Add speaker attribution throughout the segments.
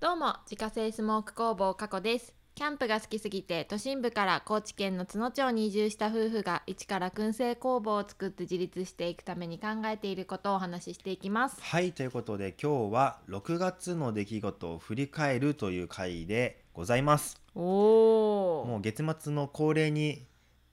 Speaker 1: どうも自家製スモーク工房加古ですキャンプが好きすぎて都心部から高知県の津野町に移住した夫婦が一から燻製工房を作って自立していくために考えていることをお話ししていきます
Speaker 2: はいということで今日は6月の出来事を振り返るという回でございます
Speaker 1: お
Speaker 2: も
Speaker 1: お
Speaker 2: う月末の恒例に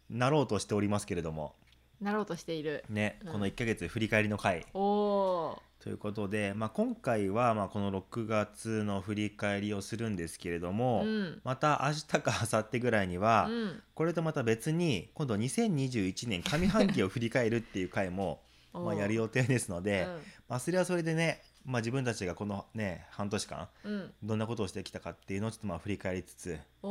Speaker 2: なろうとしておりますけれども
Speaker 1: なろうとしている
Speaker 2: ね、
Speaker 1: うん
Speaker 2: この1ヶ月振り返りの回
Speaker 1: おお
Speaker 2: ということで、まあ、今回はまあこの6月の振り返りをするんですけれど
Speaker 1: う
Speaker 2: も、
Speaker 1: ん
Speaker 2: また明日か明後日ぐらいに
Speaker 1: う
Speaker 2: は、
Speaker 1: ん
Speaker 2: これとまた別に今度2021年上半期を振り返るっていう回も
Speaker 1: おー
Speaker 2: まあやる予定ですので、
Speaker 1: うん
Speaker 2: まあ、それはそれでね、まあ、自分たちがこのね半年間
Speaker 1: うん、
Speaker 2: どんなことをしてきたかっていうのをちょっとまあ振り返りつつ
Speaker 1: お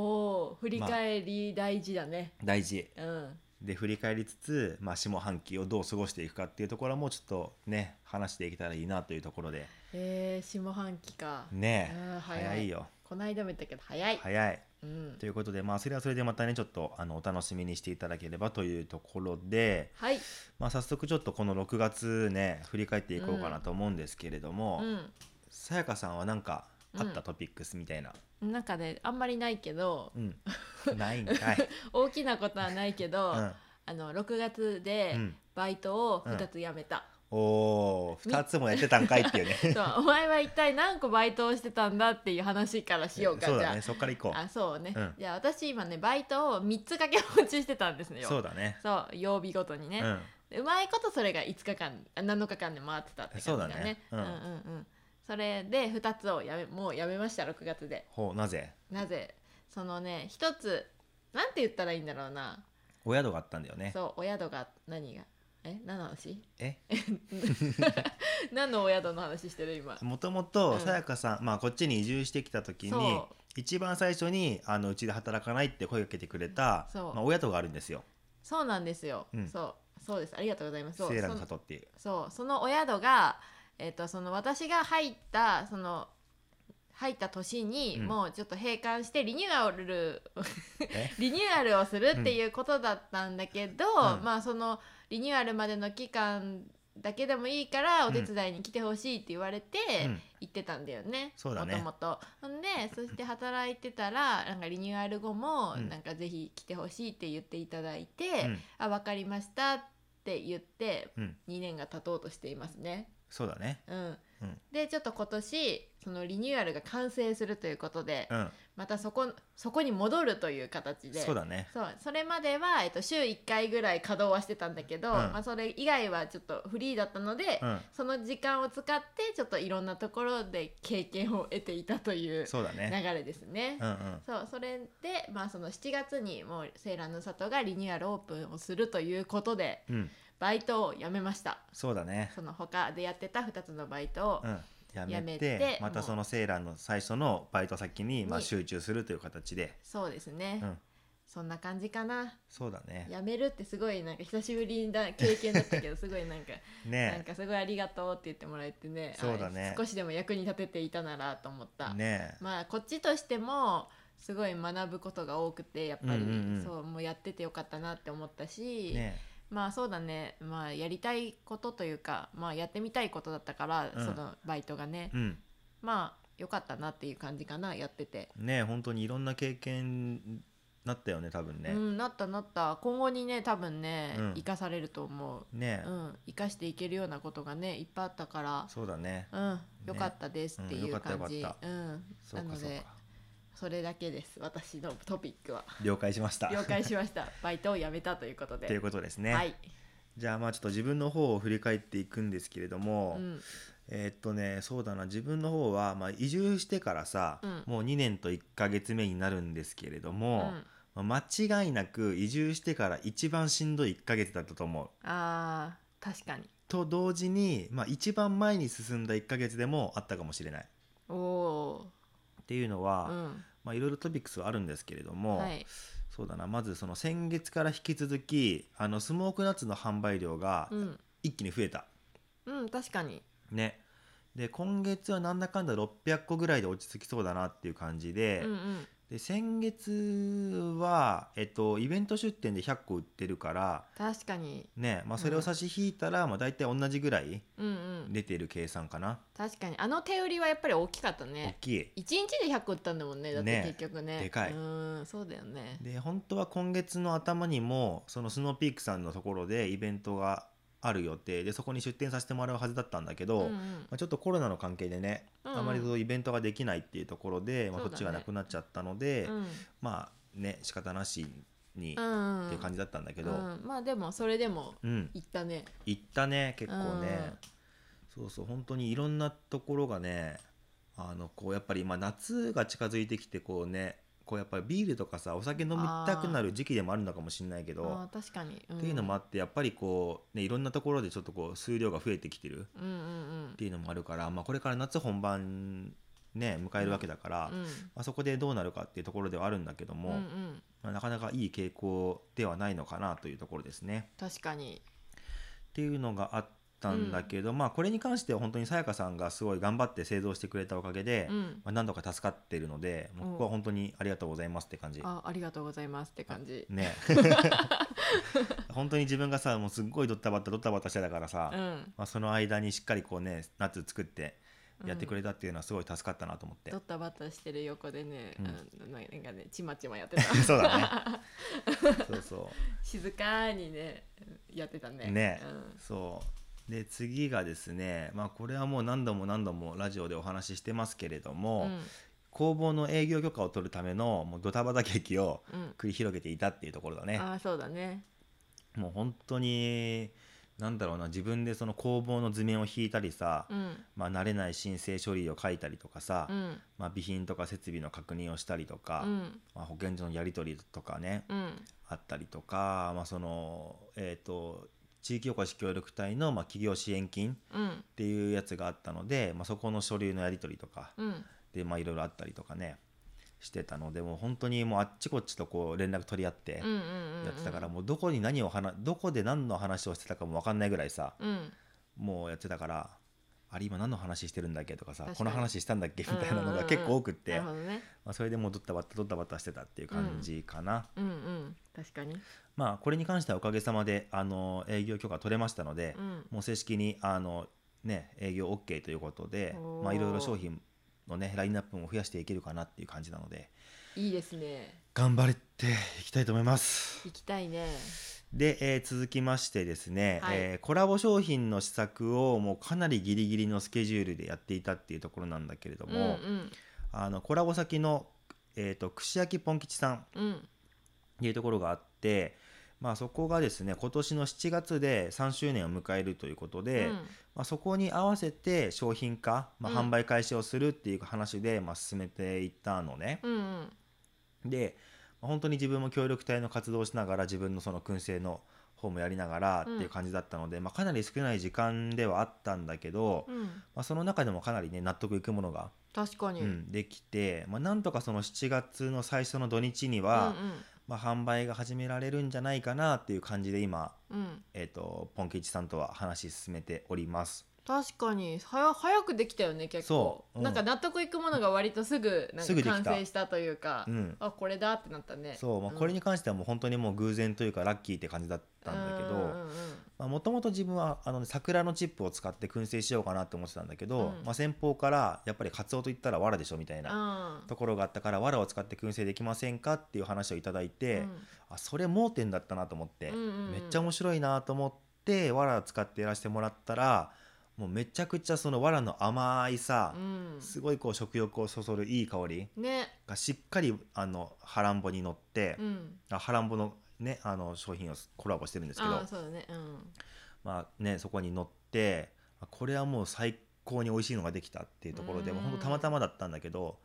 Speaker 1: お振り返り大事だね、
Speaker 2: 大事
Speaker 1: うん
Speaker 2: で振り返りつつ、まあ、下半期をどう過ごしていくかっていうところもちょっとね話していけたらいいなというところで
Speaker 1: えー、下半期か、
Speaker 2: ね
Speaker 1: うん早い
Speaker 2: 早いよ
Speaker 1: こないだも言ったけど早い、
Speaker 2: 早い
Speaker 1: うん
Speaker 2: ということでまあそれはそれでまたねちょっとあのお楽しみにしていただければというところで、
Speaker 1: はい、
Speaker 2: まあ、早速ちょっとこの6月ね振り返っていこうかなと思うんですけれども
Speaker 1: う
Speaker 2: さやかさんは何かあっ
Speaker 1: う
Speaker 2: た
Speaker 1: ん
Speaker 2: トピックスみたいな、
Speaker 1: ん、なんかねあんまりないけど
Speaker 2: うんないん かい、
Speaker 1: 大きなことはないけど、
Speaker 2: うん
Speaker 1: あの6月で
Speaker 2: うん
Speaker 1: バイトを2つ辞めた、
Speaker 2: おー2つもやってたんかいっていうね
Speaker 1: そうお 前は一体何個バイトをしてたんだっていう話からしようか
Speaker 2: そう
Speaker 1: じ
Speaker 2: だ
Speaker 1: ゃ
Speaker 2: ねそっから行こ
Speaker 1: ああそうね、
Speaker 2: うん
Speaker 1: じゃあ私今ねバイトを3つ掛け持ちしてたんです
Speaker 2: う
Speaker 1: よ
Speaker 2: そうだね
Speaker 1: そう曜日ごとにね、
Speaker 2: うん
Speaker 1: うまいことそれが5日間あ7日間で回ってたって感じだね
Speaker 2: そうだね
Speaker 1: う
Speaker 2: うんん
Speaker 1: うんうんそれで2つをやめもうやめました6月で
Speaker 2: ほうなぜ
Speaker 1: なぜそのね1つなんて言ったらいいんだろうな
Speaker 2: お宿があったんだよね
Speaker 1: そうお宿が何がえ何の話
Speaker 2: え
Speaker 1: 何のお宿の話してる今
Speaker 2: もとも
Speaker 1: う
Speaker 2: と
Speaker 1: ん
Speaker 2: さやかさん、まあこっちに移住してきた時に
Speaker 1: そ
Speaker 2: 一番最初にあのうちで働かないって声かけてくれた、
Speaker 1: そう
Speaker 2: まあ、お宿があるんですよ
Speaker 1: そうなんですよ、
Speaker 2: うん
Speaker 1: そうそうですありがとうございます
Speaker 2: セ
Speaker 1: そう
Speaker 2: ーラの
Speaker 1: その
Speaker 2: 里っていう
Speaker 1: そうそのお宿がえっ、とその私が入ったその入った年に
Speaker 2: うん
Speaker 1: もうちょっと閉館してリニューアル、
Speaker 2: え
Speaker 1: リニューアルをするっていうことだったんだけど、
Speaker 2: うん
Speaker 1: まあそのリニューアルまでの期間だけでもいいからお手伝いに来てほしいって言われて、
Speaker 2: うん
Speaker 1: 行ってたんだよね
Speaker 2: そうだね
Speaker 1: もともとほんでそして働いてたらなんかリニューアル後も
Speaker 2: うん
Speaker 1: なんかぜひ来てほしいって言っていただいうて
Speaker 2: ん
Speaker 1: 「あ分かりました」って言って
Speaker 2: うん
Speaker 1: 2年が経とうとしていますね。
Speaker 2: そうだね
Speaker 1: うん
Speaker 2: うん
Speaker 1: でちょっと今年そのリニューアルが完成するということで、
Speaker 2: うん
Speaker 1: またそこそこに戻るという形で
Speaker 2: そうだね
Speaker 1: そうそれまでは、えっと、週1回ぐらい稼働はしてたんだけど、
Speaker 2: うん
Speaker 1: まあ、それ以外はちょっとフリーだったので、
Speaker 2: うん
Speaker 1: その時間を使ってちょっといろんなところで経験を得ていたという
Speaker 2: そうだ
Speaker 1: 流
Speaker 2: ね
Speaker 1: れですね。
Speaker 2: うんうん
Speaker 1: そうそれで、まあ、その7月にもう「セーラーの里」がリニューアルオープンをするということで
Speaker 2: うん
Speaker 1: バイトを辞めました
Speaker 2: そうだね
Speaker 1: その他でやってた2つのバイトを、
Speaker 2: うんやめて
Speaker 1: やめて
Speaker 2: また
Speaker 1: もう
Speaker 2: そのセーラの最初のバイト先に、まあ、
Speaker 1: に
Speaker 2: 集中するという形で、
Speaker 1: そうですね、
Speaker 2: うん、
Speaker 1: そんな感じかな
Speaker 2: そうだね
Speaker 1: 辞めるってすごいなんか久しぶりな経験だったけど すごいなんかなん
Speaker 2: ね
Speaker 1: かすごいありがとうって言ってもらえてね
Speaker 2: そうだね
Speaker 1: あ少しでも役に立てていたならと思った、
Speaker 2: ね
Speaker 1: まあこっちとしてもすごい学ぶことが多くてやっぱり、
Speaker 2: うんうんうん
Speaker 1: そうもうやっててよかったなって思ったし、
Speaker 2: ね
Speaker 1: まあそうだね、まあ、やりたいことというか、まあ、やってみたいことだったから、
Speaker 2: うん
Speaker 1: そのバイトがね、
Speaker 2: うん
Speaker 1: まあよかったなっていう感じかなやってて。
Speaker 2: ね本当にいろんな経験なったよね多分ね、
Speaker 1: うん、なったなった今後にね多分ね、
Speaker 2: うん
Speaker 1: 生かされると思う、
Speaker 2: ね、
Speaker 1: うん、生かしていけるようなことがねいっぱいあったから
Speaker 2: そうだね
Speaker 1: うん、良かったですって
Speaker 2: うん
Speaker 1: い
Speaker 2: よか
Speaker 1: う
Speaker 2: ったよか
Speaker 1: 感
Speaker 2: った
Speaker 1: じ。うん、
Speaker 2: そ
Speaker 1: な
Speaker 2: うか
Speaker 1: の
Speaker 2: そう
Speaker 1: で
Speaker 2: か
Speaker 1: それだけです。私のトピックは
Speaker 2: 了解しました
Speaker 1: 了解しました。バイトを辞めたということで。
Speaker 2: ということですね、
Speaker 1: はい。
Speaker 2: じゃあまあちょっと自分の方を振り返っていくんですけれども、
Speaker 1: うん、
Speaker 2: えーっとねそうだな自分の方は、まあ、移住してからさ、
Speaker 1: うん
Speaker 2: もう2年と1ヶ月目になるんですけれど
Speaker 1: う
Speaker 2: も、
Speaker 1: ん
Speaker 2: まあ間違いなく移住してから一番しんどい1ヶ月だったと思う。
Speaker 1: あー確かに。
Speaker 2: と同時に、まあ、一番前に進んだ1ヶ月でもあったかもしれない。
Speaker 1: おお
Speaker 2: っていうの
Speaker 1: ー。う
Speaker 2: は、
Speaker 1: ん。
Speaker 2: まあいろいろトピックスはあるんですけれども、
Speaker 1: はい。
Speaker 2: そうだなまずその先月から引き続きあのスモークナッツの販売量が
Speaker 1: うん。
Speaker 2: 一気に増えた、
Speaker 1: うん確かに。
Speaker 2: ねで今月はなんだかんだ600個ぐらいで落ち着きそうだなっていう感じで、
Speaker 1: うんうん。
Speaker 2: で先月は、えっと、イベント出店で100個売ってるから、
Speaker 1: 確かに
Speaker 2: ねまあ、それを差し引いたら、まあ、大体同じぐらい
Speaker 1: うんうん
Speaker 2: 出てる計算かな、
Speaker 1: 確かにあの手売りはやっぱり大きかった
Speaker 2: 大
Speaker 1: ね
Speaker 2: きい。
Speaker 1: 1日で100個売ったんだもんねだって
Speaker 2: ね
Speaker 1: 結局ね
Speaker 2: でかい
Speaker 1: うんそうだよね
Speaker 2: で本当は今月の頭にもそのスノーピークさんのところでイベントがある予定でそこに出店させてもらうはずだったんだけど、
Speaker 1: うんうん
Speaker 2: まあ、ちょっとコロナの関係でね、
Speaker 1: うんうん
Speaker 2: あまりそのイベントができないっていうところで、まあ、
Speaker 1: そ
Speaker 2: そ
Speaker 1: だ
Speaker 2: う
Speaker 1: ね
Speaker 2: っちがなくなっちゃったので、
Speaker 1: うん
Speaker 2: まあね仕方なしに
Speaker 1: う
Speaker 2: っ
Speaker 1: んうん
Speaker 2: ていう感じだったんだけど、
Speaker 1: うん、まあでもそれでも
Speaker 2: うん、
Speaker 1: 行ったね
Speaker 2: 行ったね結構ね、そうそう本当にいろんなところがねあのこうやっぱり今夏が近づいてきてこうねこうやっぱりビールとかさお酒飲みたくなる時期でもあるのかもしれないけど
Speaker 1: あー確かに、うん
Speaker 2: っていうのもあってやっぱりこう、ね、いろんなところでちょっとこう数量が増えてきてる
Speaker 1: うんうん
Speaker 2: っていうのもあるから、まあ、これから夏本番ね迎えるわけだから、
Speaker 1: うんうん
Speaker 2: まあ、そこでどうなるかっていうところではあるんだけども、
Speaker 1: うんうん
Speaker 2: まあ、なかなかいい傾向ではないのかなというところですね。
Speaker 1: 確かに
Speaker 2: っていうのがあったんだけど、まあこれに関しては本当にさやかさんがすごい頑張って製造してくれたおかげで、
Speaker 1: うん
Speaker 2: まあ、何度か助かってるのでもうここは本当にありがとうございますって感じ。
Speaker 1: あありがとうございますって感じ
Speaker 2: ね 本当に自分がさもうすっごいドッタバタドッタバタしてたからさ、
Speaker 1: うん
Speaker 2: まあ、その間にしっかりこうねナッツ作ってやってく
Speaker 1: れ
Speaker 2: れたっていうのはすごい助かったなと思って、
Speaker 1: ドッタバタしてる横でね、
Speaker 2: うん
Speaker 1: あのなんかねちまちまや ってた
Speaker 2: そう だねそうそ
Speaker 1: 静かにねやってたね
Speaker 2: うね、そうで次がですねまあこれはもう何度も何度もラジオでお話ししてますけれど
Speaker 1: うん
Speaker 2: も、
Speaker 1: うん
Speaker 2: 工房の営業許可を取るためのもうドタバタ劇を
Speaker 1: うん
Speaker 2: 繰り広げていたっていうところだね
Speaker 1: ああそうだね
Speaker 2: もう本当になんだろうな自分でその工房の図面を引いたりさ、
Speaker 1: うん
Speaker 2: まあ、慣れない申請書類を書いたりとかさ、
Speaker 1: うん
Speaker 2: まあ、備品とか設備の確認をしたりとか、
Speaker 1: うん
Speaker 2: まあ、保健所のやり取りとかね
Speaker 1: うん
Speaker 2: あったりとか、まあ、そのえっ、と地域おこし協力隊のまあ企業支援金っ
Speaker 1: うん
Speaker 2: ていうやつがあったので、まあ、そこの書類のやり取りとか、
Speaker 1: うん
Speaker 2: でまあいろいろあったりとかねしてたのでもう本当にもうあっちこっちとこう連絡取り合って
Speaker 1: うんうんうん
Speaker 2: やってたからもうどこに何を話どこで何の話をしてたかも分かんないぐらいさ
Speaker 1: うん
Speaker 2: もうやってたからあれ今何の話してるんだっけとかさ
Speaker 1: 確かに
Speaker 2: この話したんだっけみたいな
Speaker 1: うんうん
Speaker 2: の
Speaker 1: うんう
Speaker 2: が
Speaker 1: ん
Speaker 2: 結構多くっ
Speaker 1: な
Speaker 2: て
Speaker 1: るほどね
Speaker 2: まあそれでもうドッタバタドッタバタしてたっていう感じかな
Speaker 1: うんうん確かに
Speaker 2: まあこれに関してはおかげさまであの営業許可取れましたので
Speaker 1: うん
Speaker 2: もう正式にあのね営業 OK ということで
Speaker 1: おー
Speaker 2: まあいろいろ商品のねラインナップも増やしていけるかなっていう感じなので
Speaker 1: いいですね
Speaker 2: 頑張れっていきたいと思います
Speaker 1: 行きたいね
Speaker 2: で、えー続きましてですね、
Speaker 1: はい
Speaker 2: えーコラボ商品の試作をもうかなりギリギリのスケジュールでやっていたっていうところなんだけれど
Speaker 1: うんう
Speaker 2: も、
Speaker 1: ん
Speaker 2: あのコラボ先の、えー、と串焼きポン吉さんっ
Speaker 1: うん
Speaker 2: ていうところがあって、まあ、そこがですね今年の7月で3周年を迎えるということで、
Speaker 1: うん
Speaker 2: まあ、そこに合わせて商品化、まあ、
Speaker 1: うん
Speaker 2: 販売開始をするっていう話で、まあ、進めていったのね。
Speaker 1: うんうん
Speaker 2: でまあ本当に自分も協力隊の活動をしながら自分のその燻製の方もやりながらっていう感じだったので、まあ、かなり少ない時間ではあったんだけど、
Speaker 1: うん
Speaker 2: まあ、その中でもかなりね納得いくものが、
Speaker 1: 確かに
Speaker 2: うんできて、まあ、なんとかその7月の最初の土日に
Speaker 1: うん
Speaker 2: は、まあ、販売が始められるんじゃないかなっていう感じで今、
Speaker 1: うんうん
Speaker 2: えー、とポンケイチさんとは話し進めております。
Speaker 1: 確かにはや早くできたよね結構
Speaker 2: そううん
Speaker 1: なんか納得いくものが割とすぐなん
Speaker 2: す
Speaker 1: か
Speaker 2: ぐでき
Speaker 1: 完
Speaker 2: た
Speaker 1: 成したというか、
Speaker 2: うん
Speaker 1: あこれだってなったね
Speaker 2: そうまあ、
Speaker 1: ん
Speaker 2: これに関してはもう本当にもう偶然というかラッキーって感じだったんだけど、
Speaker 1: うんうん
Speaker 2: もともと自分はあの、ね、桜のチップを使って燻製しようかなと思ってたんだけど、
Speaker 1: うん
Speaker 2: まあ、先方からやっぱりカツオといったら藁でしょみたい
Speaker 1: うん
Speaker 2: なところがあったから藁を使って燻製できませんかっていう話をいただいて、あそれ盲点だったなと思って、
Speaker 1: うんうんうん
Speaker 2: めっちゃ面白いなと思って藁を使ってやらせてもらったらもうめちゃくちゃその藁の甘いさ
Speaker 1: う、ん
Speaker 2: すごいこう食欲をそそるいい香り
Speaker 1: うんね
Speaker 2: がしっかりあのハランボに乗って
Speaker 1: う、ん
Speaker 2: あハランボの,、ね、あの商品をコラボしてるんですけど
Speaker 1: あ。そうだねうん
Speaker 2: まあね、そこに乗ってあこれはもう最高に美味しいのができたっていうところで
Speaker 1: うん
Speaker 2: もうほんとたまたまだったんだけど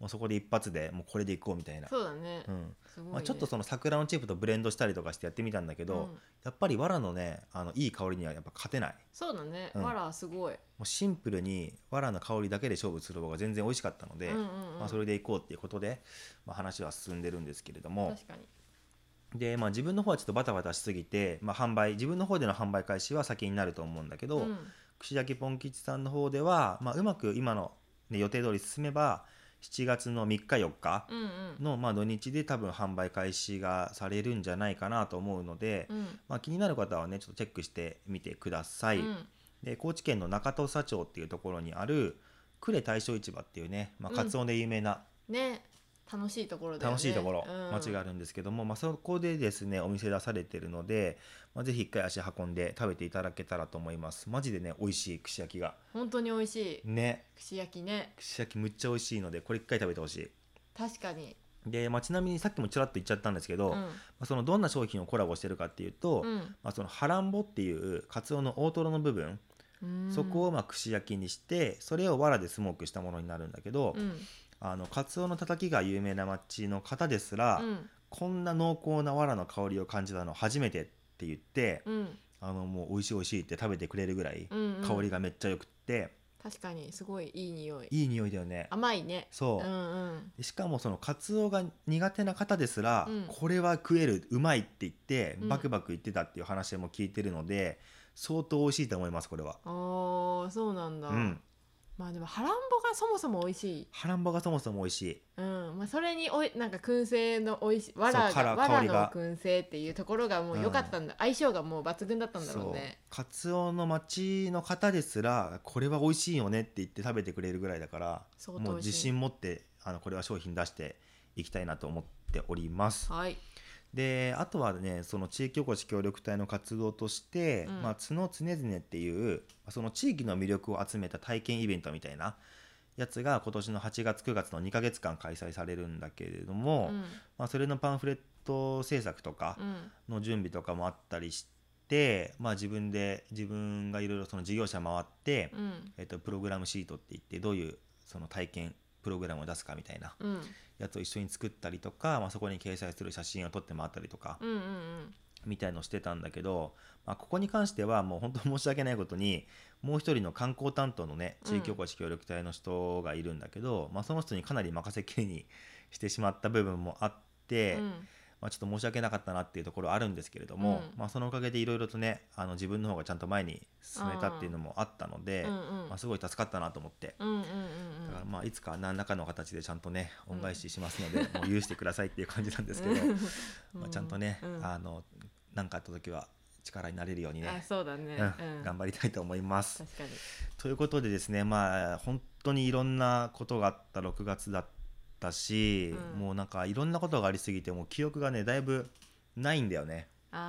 Speaker 2: もうそこで一発でもうこれでいこうみたいな
Speaker 1: そうだね、
Speaker 2: うん
Speaker 1: すごいね、
Speaker 2: まあ、ちょっとその桜のチップとブレンドしたりとかしてやってみたんだけど、
Speaker 1: うん
Speaker 2: やっぱり藁のねあのいい香りにはやっぱ勝てない
Speaker 1: そうだね、
Speaker 2: うん
Speaker 1: わらすごい
Speaker 2: もうシンプルに藁の香りだけで勝負する方が全然美味しかったので、
Speaker 1: うんうんうん
Speaker 2: まあ、それでいこうっていうことで、まあ、話は進んでるんですけれども
Speaker 1: 確かに
Speaker 2: で、まあ、自分の方はちょっとバタバタしすぎて、まあ、販売自分の方での販売開始は先になると思うんだけど、
Speaker 1: うん
Speaker 2: 串焼きポン吉さんの方では、まあ、うまく今の、ね、予定通り進めば7月の3日4日
Speaker 1: うんうん
Speaker 2: の、まあ、土日で多分販売開始がされるんじゃないかなと思うので、
Speaker 1: うん
Speaker 2: まあ、気になる方はねちょっとチェックしてみてください。
Speaker 1: うん
Speaker 2: で高知県の中土佐町っていうところにある呉大正市場っていうね、まあ、
Speaker 1: うん
Speaker 2: カツオで有名な
Speaker 1: ね楽しいところだよね
Speaker 2: 楽しいところ、
Speaker 1: うん
Speaker 2: 町があるんですけども、まあ、そこでですねお店出されてるので、まあ、ぜひ一回足運んで食べていただけたらと思いますマジでね美味しい串焼きが
Speaker 1: 本当に美味しい
Speaker 2: ね
Speaker 1: 串焼きね
Speaker 2: 串焼きむっちゃ美味しいのでこれ一回食べてほしい
Speaker 1: 確かに
Speaker 2: で、まあ、ちなみにさっきもちらっと言っちゃったんですけど、
Speaker 1: う
Speaker 2: ま
Speaker 1: ん
Speaker 2: あ、そのどんな商品をコラボしてるかっていうと、
Speaker 1: うん
Speaker 2: まあ、そのハランボっていうカツオの大トロの部分、
Speaker 1: うん
Speaker 2: そこをまあ串焼きにしてそれを藁でスモークしたものになるんだけど、
Speaker 1: うん
Speaker 2: あのカツオのたたきが有名な町の方ですら、
Speaker 1: うん
Speaker 2: こんな濃厚な藁の香りを感じたの初めてって言って、
Speaker 1: うん
Speaker 2: あのもう美味しい美味しいって食べてくれるぐらい
Speaker 1: うんうん
Speaker 2: 香りがめっちゃよくって、
Speaker 1: 確かにすごいいい匂い
Speaker 2: いい匂いだよね
Speaker 1: 甘いね
Speaker 2: そうう、
Speaker 1: んうん
Speaker 2: でしかもそのカツオが苦手な方ですら、
Speaker 1: うん
Speaker 2: これは食えるうまいって言って
Speaker 1: うん
Speaker 2: バクバク言ってたっていう話も聞いてるので、相当美味しいと思いますこれは
Speaker 1: ああそうなんだ、
Speaker 2: うん
Speaker 1: まあでもハランボがそもそも美味しい、
Speaker 2: ハランボがそもそも美味しい
Speaker 1: うんまあ、それにおいなんか燻製の美味しいわら
Speaker 2: そうから
Speaker 1: がわ
Speaker 2: 香
Speaker 1: ら
Speaker 2: り
Speaker 1: の
Speaker 2: が
Speaker 1: 燻製っていうところがもう良かったんだ、相性がもう抜群だったんだろうね
Speaker 2: カツオの町の方ですらこれは美味しいよねって言って食べてくれるぐらいだから
Speaker 1: 相当美味しい
Speaker 2: もう自信持ってあのこれは商品出していきたいなと思っております
Speaker 1: はい
Speaker 2: であとはねその地域おこし協力隊の活動として、
Speaker 1: うん
Speaker 2: まあ、角常々っていうその地域の魅力を集めた体験イベントみたいなやつが今年の8月9月の2ヶ月間開催されるんだけれど
Speaker 1: う
Speaker 2: も、
Speaker 1: ん
Speaker 2: まあ、それのパンフレット制作とか、
Speaker 1: うん
Speaker 2: の準備とかもあったりして、まあ、自分で自分がいろいろその事業者回って、
Speaker 1: うん
Speaker 2: えっと、プログラムシートって言ってどういうその体験プログラムを出すかみたいな
Speaker 1: うん
Speaker 2: やつを一緒に作ったりとか、まあ、そこに掲載する写真を撮って回ったりとか
Speaker 1: うんうんうん
Speaker 2: みたいのをしてたんだけど、まあ、ここに関してはもう本当申し訳ないことにもう一人の観光担当のね地域おこし協力隊の人がいるんだけど、まあ、その人にかなり任せきりにしてしまった部分もあって。
Speaker 1: うん
Speaker 2: まあ、ちょっと申し訳なかったなっていうところあるんですけれども、
Speaker 1: うん
Speaker 2: まあ、そのおかげでいろいろとねあの自分の方がちゃんと前に進めたっていうのもあったので、
Speaker 1: うんうん
Speaker 2: まあ、すごい助かったなと思って。
Speaker 1: うんうんうん
Speaker 2: だからまあいつか何らかの形でちゃんとね恩返ししますので、もう許してくださいっていう感じなんですけど、
Speaker 1: うん
Speaker 2: まあ、ちゃんとね、
Speaker 1: うん
Speaker 2: あの何かあった時は力になれるように
Speaker 1: あ
Speaker 2: ね、
Speaker 1: そうだね、
Speaker 2: う
Speaker 1: うん
Speaker 2: ん、頑張りたいと思います。
Speaker 1: 確かに
Speaker 2: ということでですねまあ本当にいろんなことがあった6月だったし、
Speaker 1: うん
Speaker 2: もうなんかいろんなことがありすぎてもう記憶がねだいぶないんだよね。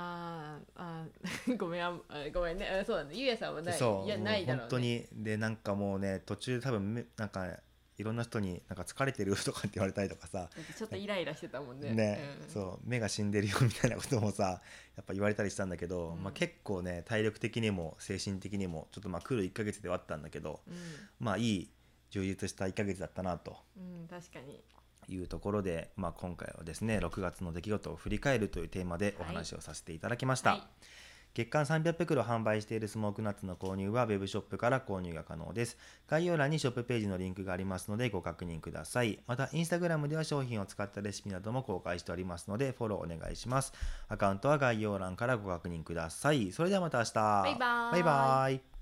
Speaker 1: あーあー ごめんああごめんねあそうだねゆうやさんはない
Speaker 2: そう
Speaker 1: いやないだろう、ね、
Speaker 2: もう本当にでなんかもうね途中多分めなんかいろんな人になんか疲れてるとかって言われたりとかさ
Speaker 1: だってちょっとイライラしてたもんね
Speaker 2: ね
Speaker 1: うん、
Speaker 2: そう目が死んでるよみたいなこともさやっぱ言われたりしたんだけど、
Speaker 1: うん
Speaker 2: まあ、結構ね体力的にも精神的にもちょっとまあ来る1ヶ月ではあったんだけど
Speaker 1: う
Speaker 2: まあいい充実した1ヶ月だったなと
Speaker 1: ん、うん、確かに
Speaker 2: いうところで、まあ、今回はですね6月の出来事を振り返るというテーマでお話をさせていただきました、
Speaker 1: はい
Speaker 2: 月間300袋販売しているスモークナッツの購入はウェブショップから購入が可能です概要欄にショップページのリンクがありますのでご確認くださいまたインスタグラムでは商品を使ったレシピなども公開しておりますのでフォローお願いしますアカウントは概要欄からご確認くださいそれではまた明日
Speaker 1: バイバーイ
Speaker 2: バイバーイ